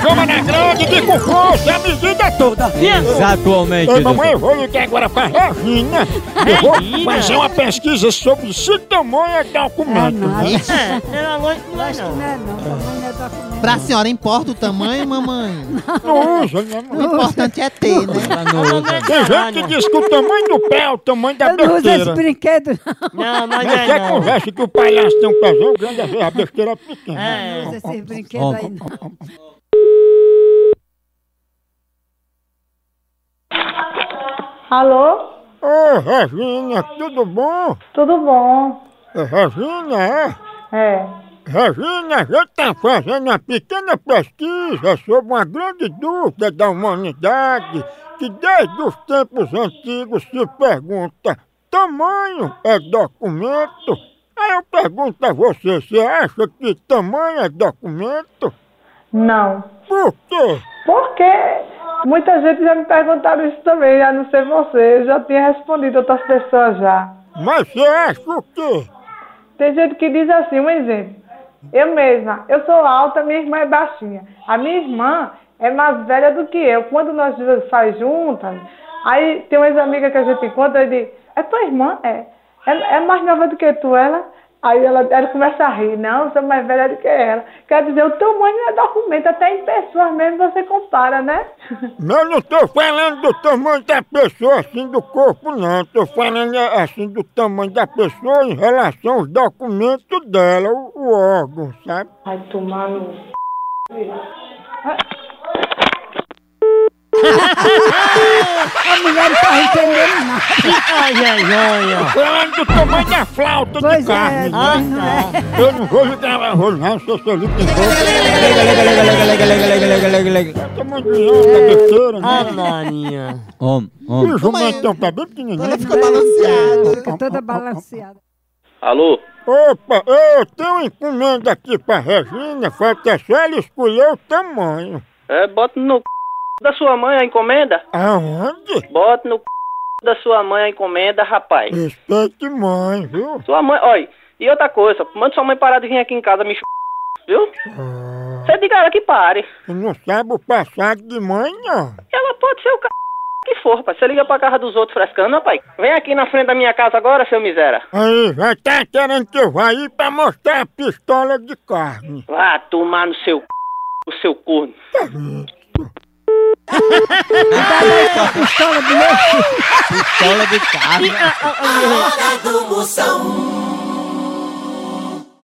grande de conforto a medida toda. Exatamente. Ei, mamãe, eu vou ligar agora pra Regina. Eu vou fazer uma pesquisa sobre se tamanho é documento. Ah, né? É, pelo amor de Deus, Não não. é não, não é documento. Pra senhora, importa o tamanho, mamãe? Não usa, né? O importante é ter, né? Tá no outro. Tem gente que diz que o tamanho do pé é o tamanho da Ah, Eu não uso esse besteira. brinquedo. Não, mas Mas é é não. conversa que o palhaço tem um pezão grande, às vezes a besteira é pequena. Não É. uso esse brinquedo aí, não. Alô? Ô, Regina, tudo bom? Tudo bom? É, Regina, é? É. Regina, a gente está fazendo uma pequena pesquisa sobre uma grande dúvida da humanidade que desde os tempos antigos se pergunta: tamanho é documento? Aí eu pergunto a você: você acha que tamanho é documento? Não. Por quê? Porque muita gente já me perguntaram isso também, a não ser você. Eu já tinha respondido outras pessoas já. Mas você acha o quê? Tem gente que diz assim, um exemplo. Eu mesma, eu sou alta, minha irmã é baixinha. A minha irmã é mais velha do que eu. Quando nós duas faz juntas, aí tem umas amigas que a gente encontra e diz, é tua irmã? É. É, é mais nova do que tu, ela? Aí ela, ela começa a rir, não, eu sou mais velha do que ela. Quer dizer, o tamanho é documento, até em pessoas mesmo você compara, né? Mas Eu não estou falando do tamanho da pessoa, assim, do corpo, não. Estou falando, é, assim, do tamanho da pessoa em relação aos documentos dela, o, o órgão, sabe? Ai, tomar no... A mulher não tá entendendo nada. Ai, ai, ai, ai. Falando do tamanho da flauta de Pois é, carne. né? Ah, pois não tá. Eu não é. vou jogar um arroz, não, se eu sou liquidou. Tá muito dinheiro, tá besteira, Ah, né? Laninha. Homem, E homem. o jumento tá bem Ela pequenininho. ficou balanceada. Fica toda balanceada. Alô? Opa, eu tenho uma encomenda aqui pra Regina, falta só ela escolher o tamanho. É, bota no c... da sua mãe a encomenda. Aonde? Bota no c... da sua mãe a encomenda, rapaz. Respeite mãe, viu? Sua mãe, olha, e outra coisa, manda sua mãe parar de vir aqui em casa me ch... viu? Você diga a ela que pare. Tu não sabe o passado de mãe, não. Ela pode ser o c... que for, rapaz. Você liga pra casa dos outros frescando, rapaz. Vem aqui na frente da minha casa agora, seu miséria. Aí, já tá querendo que eu vá aí pra mostrar a pistola de carne. Vá tomar no seu c... o seu corno. Pistola de carne. Hora do Moção.